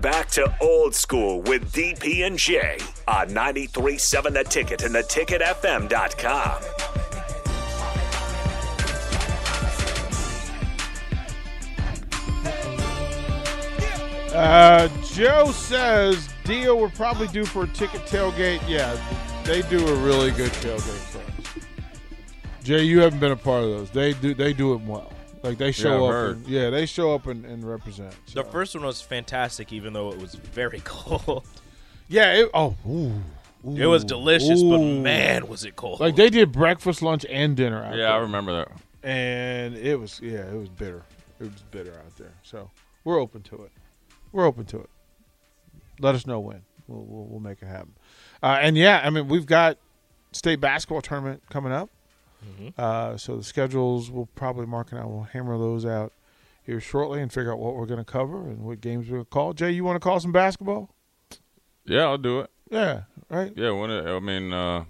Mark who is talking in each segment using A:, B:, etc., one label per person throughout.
A: back to old school with DP and J on 93.7 The Ticket and theticketfm.com.
B: Uh, Joe says, Dio, we're probably due for a ticket tailgate. Yeah, they do a really good tailgate for us. Jay, you haven't been a part of those. They do they do it well. Like they show
C: I've
B: up.
C: heard.
B: and- yeah, they show up and, and represent.
D: The
B: so.
D: first one was fantastic, even though it was very cold.
B: yeah. It, oh, ooh, ooh,
D: It was delicious, but
B: ooh.
D: man, was it cold!
B: like they did breakfast, lunch, and dinner out
C: Yeah, I
B: there,
C: remember that.
B: and it was yeah, it was bitter. It was bitter out there. So we're open to it. We're open to it. Let us know when. We'll we'll, we'll make it happen. Uh, and yeah, I mean we've got state basketball tournament coming up. Uh, so the schedules we'll probably mark and I will hammer those out here shortly and figure out what we're going to cover and what games we're going to call. Jay, you want to call some basketball?
C: Yeah, I'll do it.
B: Yeah, right.
C: Yeah, when it, I mean, uh,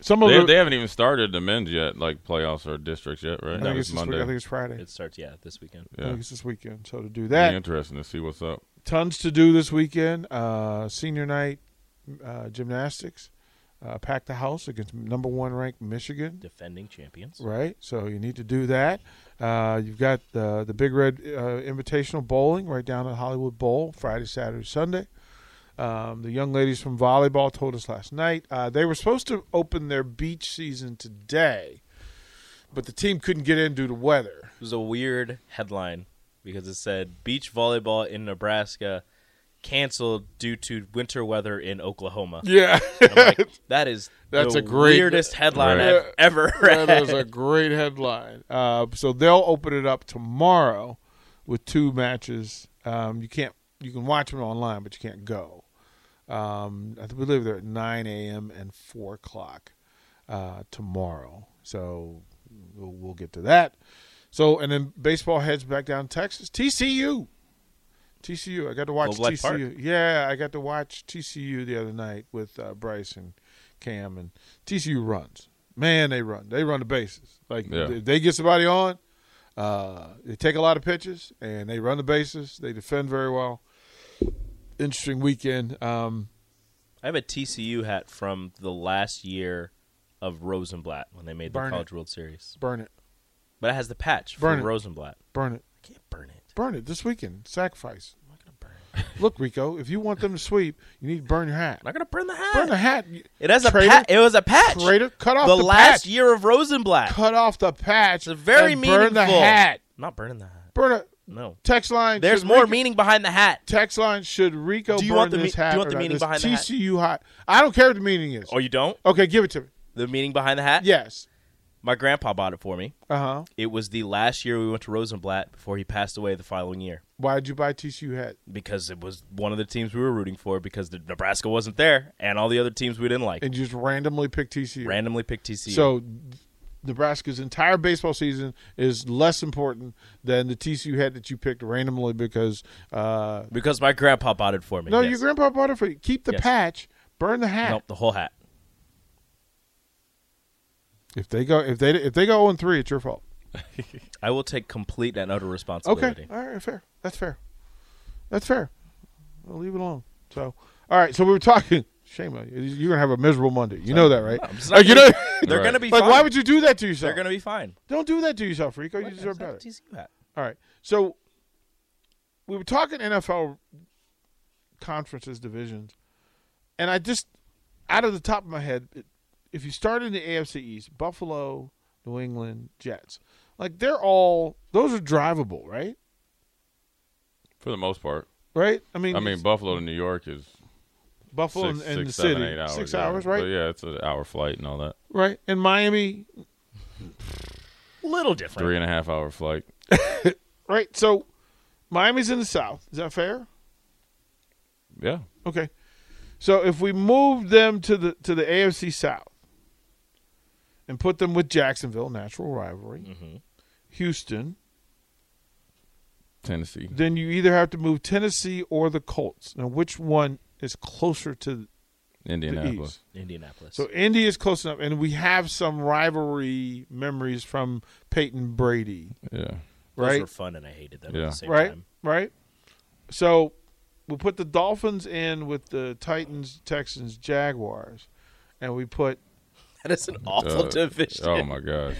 B: Some of
C: they,
B: the
C: they haven't even started the men's yet, like playoffs or districts yet, right?
B: I think it's
C: It's
B: this week. I think it's Friday.
D: it starts yeah this weekend.
B: I
C: yeah,
B: think it's this weekend. So to do
C: be
B: that,
C: interesting to see what's up.
B: tons to do this weekend. Uh, senior night uh, gymnastics, uh, pack the house against number one ranked Michigan.
D: Defending champions.
B: Right, so you need to do that. Uh, you've got the the Big Red uh, Invitational bowling right down at Hollywood Bowl Friday, Saturday, Sunday. Um, the young ladies from volleyball told us last night uh, they were supposed to open their beach season today, but the team couldn't get in due to weather.
D: It was a weird headline because it said beach volleyball in Nebraska canceled due to winter weather in Oklahoma.
B: Yeah,
D: And I'm like, that is
B: That's
D: the
B: a great-
D: weirdest headline
C: Right.
D: I've ever read.
B: that is a great headline. Uh, so they'll open it up tomorrow with two matches. Um, you can't you can watch them online, but you can't go. Um, I think we live there at nine a.m. and four o'clock uh, tomorrow. So we'll, we'll get to that. So and then baseball heads back down to Texas. TCU, TCU. I got to watch
D: Globe Life
B: TCU.
D: Park.
B: Yeah, I got to watch TCU the other night with uh, Bryce and Cam and TCU runs. Man, they run. They run the bases. Like
C: Yeah.
B: if they get somebody on, uh, they take a lot of pitches and they run the bases. They defend very well. Interesting weekend. Um,
D: I have a TCU hat from the last year of Rosenblatt when they made
B: Burn
D: the
B: it.
D: College World Series.
B: burn it,
D: But it has the patch
B: Burn
D: from
B: it.
D: Rosenblatt.
B: burn it,
D: I can't burn it.
B: burn it this weekend. Sacrifice.
D: I'm not gonna burn. It.
B: Look, Rico, if you want them to sweep, you need to burn your hat.
D: I'm not gonna burn the hat.
B: Burn the hat.
D: It has a
B: Traitor.
D: patch. It was a patch.
B: Traitor, cut off
D: the,
B: the,
D: last
B: patch.
D: year of Rosenblatt.
B: Cut off the patch.
D: It's very
B: and
D: meaningful.
B: Burn the hat.
D: I'm not burning the hat.
B: Burn it.
D: No.
B: Text line.
D: There's
B: should
D: more
B: Rico-
D: meaning behind the hat.
B: Text line should Rico
D: Do you
B: burn
D: want the
B: this
D: me- do you
B: hat?
D: want
B: or
D: the
B: not?
D: meaning
B: This
D: behind the hat?
B: TCU hot. I don't care what the meaning is.
D: Oh, you don't?
B: Okay, give it to me.
D: The meaning behind the hat?
B: Yes.
D: My grandpa bought it for me.
B: Uh huh.
D: It was the last year we went to Rosenblatt before he passed away the following year
B: Why'd you buy TCU hat?
D: because it was one of the teams we were rooting for because the Nebraska wasn't there and all the other teams we didn't like.
B: And you just randomly pick TCU.
D: Randomly picked TCU.
B: So Nebraska's entire baseball season is less important than the TCU hat that you picked randomly because uh,
D: because my grandpa bought it for me.
B: no,
D: yes.
B: your grandpa bought it for you. Keep the
D: Yes.
B: patch, burn the hat.
D: Nope, the whole hat.
B: If they go, if they if they go zero and three, it's your fault.
D: I will take complete and utter responsibility.
B: Okay, all right, fair. That's fair. That's fair. I'll leave it alone. So, all right. So we were talking. Shame on you. You're gonna have a miserable Monday. You know that, right?
D: I'm just not
B: Like, you know,
D: gonna- They're
C: Right.
D: going to be
B: like
D: fine.
B: why would you do that to
D: They're
B: yourself?
D: going to be fine.
B: Don't do that to yourself, Rico. You deserve
D: It's not
B: better.
D: a TCU hat.
B: All right. So we were talking NFL conferences, divisions, and I just, out of the top of my head, it- if you start in the AFC East, Buffalo, New England, Jets, like they're all, those are drivable, right?
C: For the most part,
B: Right? I mean,
C: I mean, Buffalo to New York is
B: Buffalo
C: six,
B: and, and
C: six,
B: the
C: seven,
B: city,
C: eight hours,
B: six
C: yeah.
B: hours, right?
C: But yeah, it's an hour flight and all that.
B: Right. And Miami,
D: Little different.
C: Three and a half hour flight.
B: right? So Miami's in the South. Is that fair?
C: Yeah,
B: Okay. So if we move them to the to the AFC South and put them with Jacksonville, natural rivalry,
C: Mm-hmm.
B: Houston,
C: Tennessee.
B: then you either have to move Tennessee or the Colts. Now, which one is closer to the East?
C: Indianapolis.
D: Indianapolis.
B: So Indy is close enough, and we have some rivalry memories from Peyton Brady,
C: Yeah.
D: Those
B: right?
D: were fun, and I hated them. At
C: Yeah.
D: the same
B: right,
D: Time.
B: right. So we put the Dolphins in with the Titans, Texans, Jaguars, and we put
D: That is an awful
C: Uh,
D: division.
C: Oh my gosh.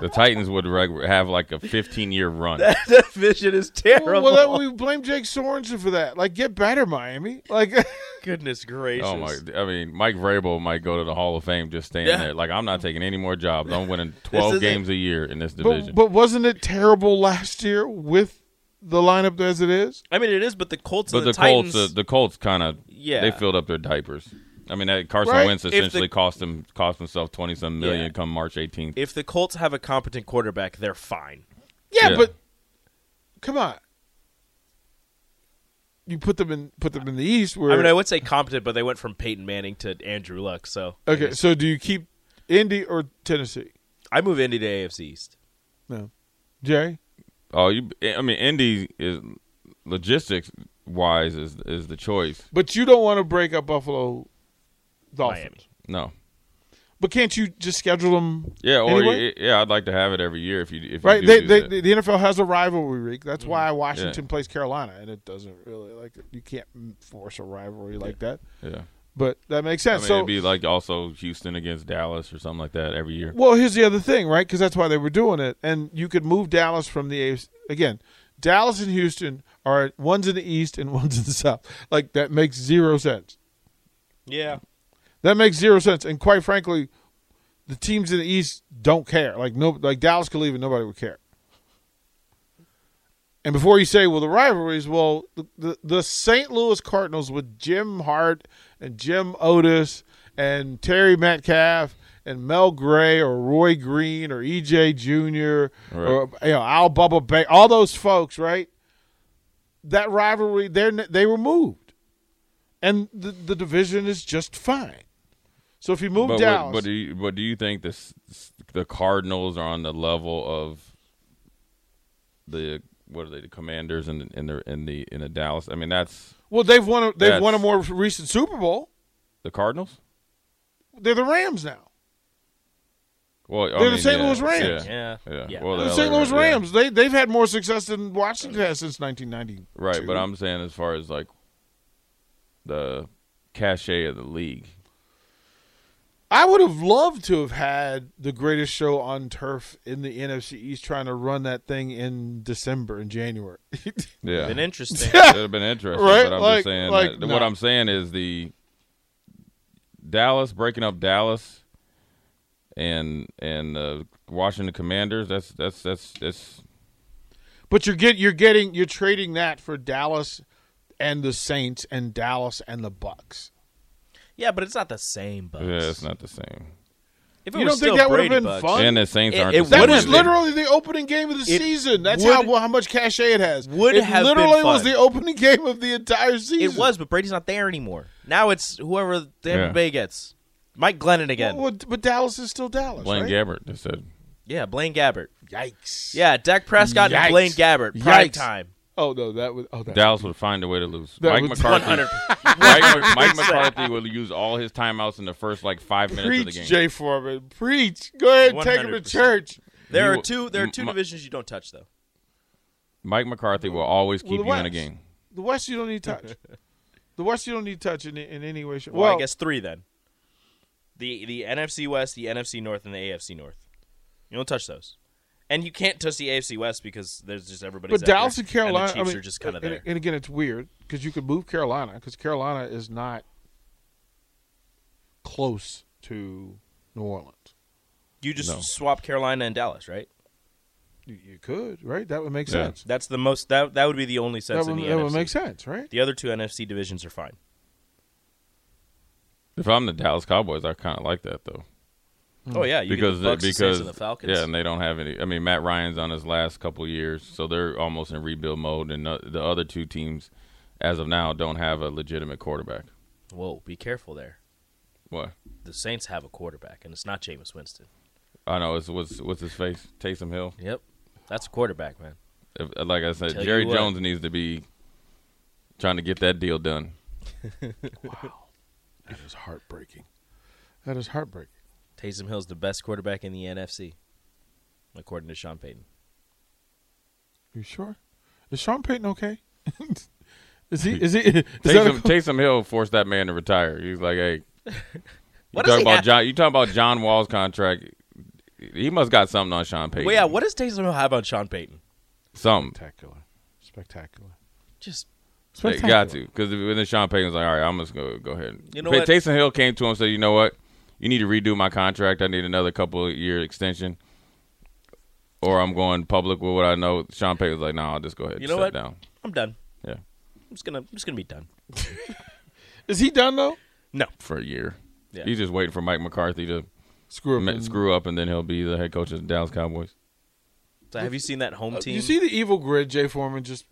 C: the Titans would reg- have like a 15 year run.
D: that division is terrible.
B: well, well, that, we blame Jake Sorensen for that. Like, get better, Miami. Like,
D: Goodness gracious.
C: Oh my! I mean, Mike Vrabel might go to the Hall of Fame just staying
D: Yeah.
C: there. Like I'm not taking any more jobs. I'm winning
D: This
C: 12
D: isn't-
C: games a year in this division.
B: but, but wasn't it terrible last year with the lineup as it is?
D: I mean, it is, but the Colts
C: But
D: and
C: the,
D: the, Titans.
C: Colts, uh, the Colts kind of
D: Yeah.
C: they filled up their diapers. I mean, that Carson
B: Right.
C: Wentz
D: If the-
C: essentially cost him cost himself 20 some million
D: Yeah.
C: come March 18th.
D: if the Colts have a competent quarterback, they're fine.
B: Yeah,
C: Yeah.
B: but come on. You put them in put them in the East where
D: I mean, I would say competent, but they went from Peyton Manning to Andrew Luck. So I
B: Okay,
D: guess-
B: so do you keep Indy or Tennessee?
D: I move Indy to AFC East.
B: No. Jay?
C: Oh, you I mean, Indy is logistics wise is is the choice.
B: But you don't want to break up Buffalo Dolphins.
D: Miami.
C: No.
B: But can't you just schedule them?
C: Yeah, or
B: Anyway?
C: y- yeah, I'd like to have it every year if you if
B: Right,
C: You do
B: they,
C: do
B: they,
C: that.
B: the NFL has a rivalry week. That's why Washington
C: Yeah.
B: plays Carolina, and it doesn't really like you can't force a rivalry like that.
C: yeah.
B: But that makes
C: I
B: sense.
C: mean,
B: so
C: it'd be like also Houston against Dallas or something like that every year.
B: Well, here's the other thing, right? Because that's why they were doing it, and you could move Dallas from the AFC. again. Dallas and Houston are one's in the East and one's in the South. Like that makes zero sense.
D: Yeah.
B: That makes zero sense. And quite frankly, the teams in the East don't care. Like no, like Dallas could leave and nobody would care. And before you say, well, the rivalries, well, the, the, the St. Louis Cardinals with Jim Hart and Jim Otis and Terry Metcalf and Mel Gray or Roy Green or EJ Jr. or you know Al Bubba Bay, all those folks, right? That rivalry, they they were moved, and the, the division is just fine. So if you move
C: But,
B: Dallas,
C: what, but do you but do you think the s- s- the Cardinals are on the level of the what are they the Commanders and in the in the in the Dallas? I mean that's
B: well, they've won a, they've won a
C: That's-
B: more recent Super Bowl.
C: the Cardinals.
B: They're the Rams now.
C: Well, I
B: They're the
C: mean,
B: St.
C: yeah,
B: Louis Rams.
C: Yeah,
D: Yeah.
C: yeah.
D: Yeah.
C: Well,
B: The
C: LA
B: St. Louis
C: yeah.
B: Rams. They they've had more success than Washington has since 1990.
C: right? But I'm saying as far as like the cachet of the league.
B: I would have loved to have had the greatest show on turf in the NFC East trying to run that thing in December and January.
C: uh, Yeah,
D: Been interesting.
C: It'd have been interesting,
B: Right?
C: but I'm
B: Like-
C: just saying.
B: like,
C: that- What
B: no.
C: I'm saying is the Dallas breaking up Dallas and and uh, Washington Commanders. That's that's that's that's
B: but you're get you're getting you're trading that for Dallas and the Saints and Dallas and the Bucks.
D: yeah, but it's not the same Bucks.
C: yeah, it's not the same.
D: If it
B: You
D: was
B: don't think
D: still
B: that would've
D: Brady
B: been
D: Bucks-
B: fun?
C: And the Saints
D: It-
C: aren't.
D: it
C: the same.
B: That
D: Would
B: was
D: have
B: literally the opening game of the
D: It
B: season. That's
D: would-
B: how how much cachet it has.
D: Would
B: it
D: have been
B: literally was
D: fun.
B: the opening game of the entire season.
D: It was, but Brady's not there anymore. Now it's whoever Tampa
C: Yeah.
D: Bay gets. Mike Glennon again.
B: Well, well, but Dallas is still Dallas.
C: Blaine
B: right?
C: Gabbert just said.
D: yeah, Blaine Gabbert.
B: Yikes.
D: Yeah, Dak Prescott
B: Yikes.
D: and Blaine Gabbert. Prime
B: Yikes.
D: time.
B: Oh no, that was oh that.
C: Dallas would find a way to lose.
B: That
C: Mike
B: was-
C: McCarthy.
D: 100.
C: Mike, Mike McCarthy will use all his timeouts in the first like five minutes of the game.
B: Preach, Jay Foreman. Preach. Go ahead, and take him to
D: 100%.
B: church.
D: There
C: You-
D: are two. There are two
C: m-
D: divisions you don't touch, though.
C: Mike McCarthy will always
B: Well,
C: keep
B: the
C: you in a
B: West.
C: game.
B: The West you don't need to touch. the West you don't need to touch in, in any way. shape-
D: Well, I guess three then. The the NFC West, the NFC North, and the AFC North. You don't touch those, and you can't touch the AFC West because there's just everybody.
B: but Dallas and Carolina.
D: the Chiefs
B: I mean,
D: are just kind of
B: and-
D: there.
B: And again, it's weird because you could move Carolina because Carolina is not close to New Orleans.
D: you just
C: No.
D: swap Carolina and Dallas, right?
B: You, you could, right? That would make
C: Yeah.
B: sense.
D: That's the most. That that would be the only sense
B: That, would,
D: in the
B: that
D: NFC.
B: would make sense, right?
D: The other two NFC divisions are fine.
C: If I'm the Dallas Cowboys, I kind of like that though.
D: Oh yeah, you
C: because
D: get the Bucks, the Saints,
C: because
D: and the Falcons.
C: yeah, and they don't have any. I mean, Matt Ryan's on his last couple years, so they're almost in rebuild mode, and no, the other two teams, as of now, don't have a legitimate quarterback.
D: Whoa, be careful there.
C: What
D: The Saints have a quarterback, and it's not Jameis Winston.
C: I know is what's what's his face Taysom Hill.
D: Yep, that's a quarterback, man.
C: If, like I said,
D: Tell
C: Jerry
D: you what.
C: Jones needs to be trying to get that deal done.
B: That is heartbreaking. That is heartbreaking.
D: Taysom Hill's the best quarterback in the NFC, according to Sean Payton.
B: You sure? Is Sean Payton okay? Is he? Is he? Is that a
C: Taysom, Taysom Hill forced that man to retire. He was like, "Hey, you
D: What does
C: talking
D: he
C: about
D: have-
C: John? You talking about John Wall's contract? He must got something on Sean Payton.
D: Well, yeah. What does Taysom Hill have on Sean Payton?
C: something.
B: spectacular? Spectacular.
D: Just
C: They
B: Spectacular.
C: got to because then Sean Payton was like, "All right, I'm just gonna go ahead."
D: You know
C: But
D: what?
C: Taysom Hill came to him and said, "You know what? You need to redo my contract. I need another couple of year extension, or I'm going public with what I know." Sean Payton was like, "No, I'll just go ahead.
D: you
C: and
D: know
C: sit
D: what?
C: down."
D: I'm done.
C: Yeah,
D: I'm just gonna I'm just gonna be done.
B: Is he done though?
D: No.
C: for a year.
D: Yeah.
C: He's just waiting for Mike McCarthy to
B: Screw him.
C: ma- screw up, and then he'll be the head coach of the Dallas Cowboys.
D: So have Uh, you seen that home team?
B: You see the evil grid, Jay Foreman just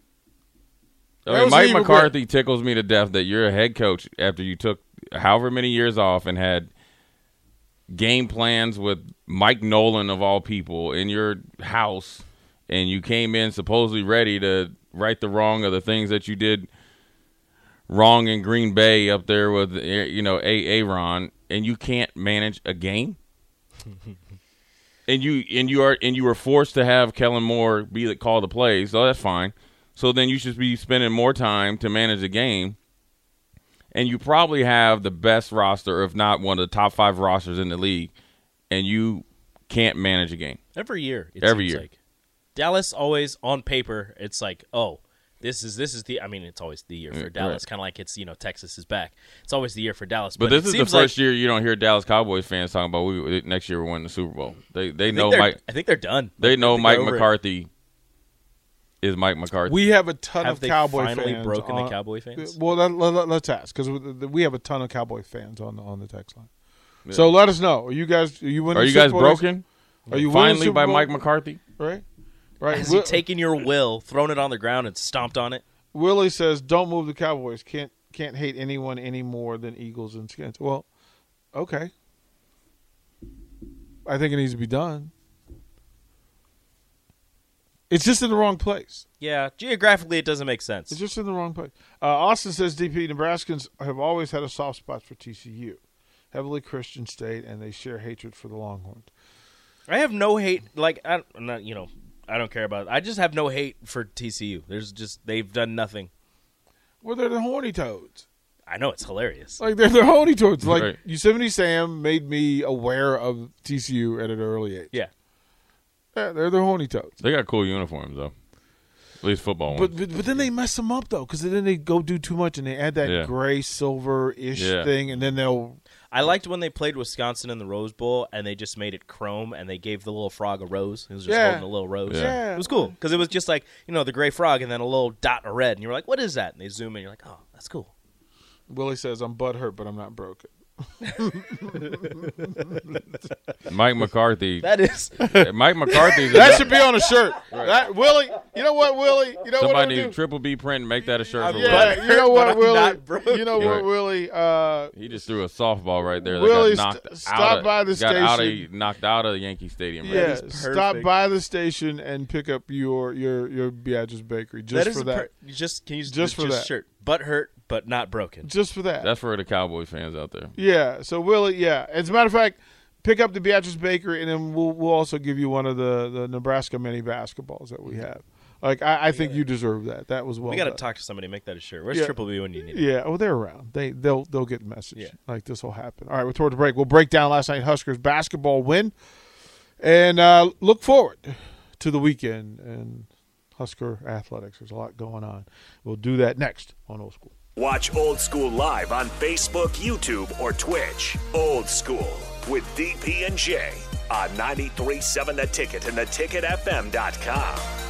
B: That
C: I mean,
B: was
C: Mike
B: evil,
C: McCarthy tickles me to death that you're a head coach after you took however many years off and had game plans with Mike Nolan of all people in your house, and you came in supposedly ready to right the wrong of the things that you did wrong in Green Bay up there with eh, you know a Aaron, and you can't manage a game. and you and you are and you were forced to have Kellen Moore be the call the plays, so that's fine. So then you should be spending more time to manage the game. And you probably have the best roster, if not one of the top five rosters in the league, and you can't manage a game.
D: Every year. It
C: Every
D: seems
C: year.
D: Like. Dallas always on paper. It's like oh. This is this is the I mean it's always the year
C: Mm,
D: for Dallas kind of like it's you know Texas is back it's always the year for Dallas
C: But,
D: it
C: this is the
D: seems
C: first
D: like-
C: year you don't hear Dallas Cowboys fans talking about we next year we're winning the Super Bowl. They they
D: I
C: know
D: think, they're,
C: Mike
D: I think they're done
C: they know
D: they're
C: Mike
D: over it.
C: McCarthy is Mike McCarthy.
B: We have a ton
D: Have
B: of
D: they
B: Cowboy
D: finally
B: fans.
D: broken the
B: on-
D: Cowboy fans?
B: Well, let, us ask because we have a ton of Cowboy fans on the, on the text line. So let us know. Are you guys? Are you winning? the
C: Are you
B: Super
C: guys
B: Bowl?
C: broken?
B: Are you winning
C: finally
B: Super
C: by
B: Bowl?
C: Mike McCarthy?
B: Right, right.
D: Has
B: Will-
D: he taken your will, thrown it on the ground, and stomped on it?
B: Willie says, "Don't move the Cowboys. Can't can't hate anyone any more than Eagles and Skins." Well, okay. I think it needs to be done. It's just in the wrong place.
D: Yeah, geographically, it doesn't make sense.
B: It's just in the wrong place. Uh, Austin says DP Nebraskans have always had a soft spot for TCU, heavily Christian state, and they share hatred for the Longhorns.
D: I have no hate. Like I, I'm not, you know, I don't care about. it. I just have no hate for TCU. There's just they've done nothing.
B: Well, they're the horny toads.
D: I know it's hilarious.
B: Like they're the horny toads. Like
C: Right.
B: Yosemite Sam made me aware of TCU at an early age.
D: Yeah,
B: Yeah, they're the horny toads.
C: They got cool uniforms though. At least football ones.
B: But, but but then they mess them up though, because then they go do too much and they add that
C: Yeah.
B: gray silver ish
C: Yeah.
B: thing, and then they'll
D: I liked when they played Wisconsin in the Rose Bowl, and they just made it chrome, and they gave the little frog a rose. It was just
B: Yeah.
D: holding a little rose.
B: Yeah.
D: it was cool because it was just like you know the gray frog, and then a little dot of red, and you were like, "What is that?" And they zoom in, you're like, "Oh, that's cool."
B: Willie says I'm butt hurt, but I'm not broken.
C: Mike McCarthy eh,
D: That is
C: Mike McCarthy's
B: That should be on a shirt. That Willie, you know what Willie, you know what I'm
C: Somebody
B: gonna
C: needs
B: do?
C: triple B print and make that a shirt for
B: Yeah,
C: Willie.
B: you know what
D: I'm not
B: Willie,
D: broken.
B: you know what
C: Right.
B: Willie. Uh,
C: He just threw a softball right there. That
B: Willie,
C: got
B: st-
C: knocked
B: stop
C: out of,
B: by the
C: got Out of,
B: station.
C: knocked out of Yankee Stadium. Right?
B: yeah,
D: is
B: stop
D: perfect.
B: by the station and pick up your your your Biaggi's Bakery just
D: that is
B: for
D: a
B: that.
D: per- you just can you just,
B: Just for that.
D: shirt butt hurt but not broken.
B: just for that.
C: That's for the Cowboy fans out there.
B: Yeah. So Willie, yeah. As a matter of fact, pick up the Beatrice Bakery, and then we'll we'll also give you one of the the Nebraska mini basketballs that we have. Like I, I think you deserve that. That was well.
D: We got to
B: done.
D: talk to somebody. Make that a shirt. Where's
B: Yeah.
D: Triple B when you need it?
B: Yeah. Oh, they're around. They they'll they'll get the message.
D: Yeah.
B: Like this will happen. All right. We're toward the break. We'll break down last night Huskers basketball win, and uh, look forward to the weekend and Husker athletics. There's a lot going on. We'll do that next on Old School.
A: Watch Old School live on Facebook, YouTube, or Twitch. Old School with DP and J on 937 The Ticket and theticketfm.com.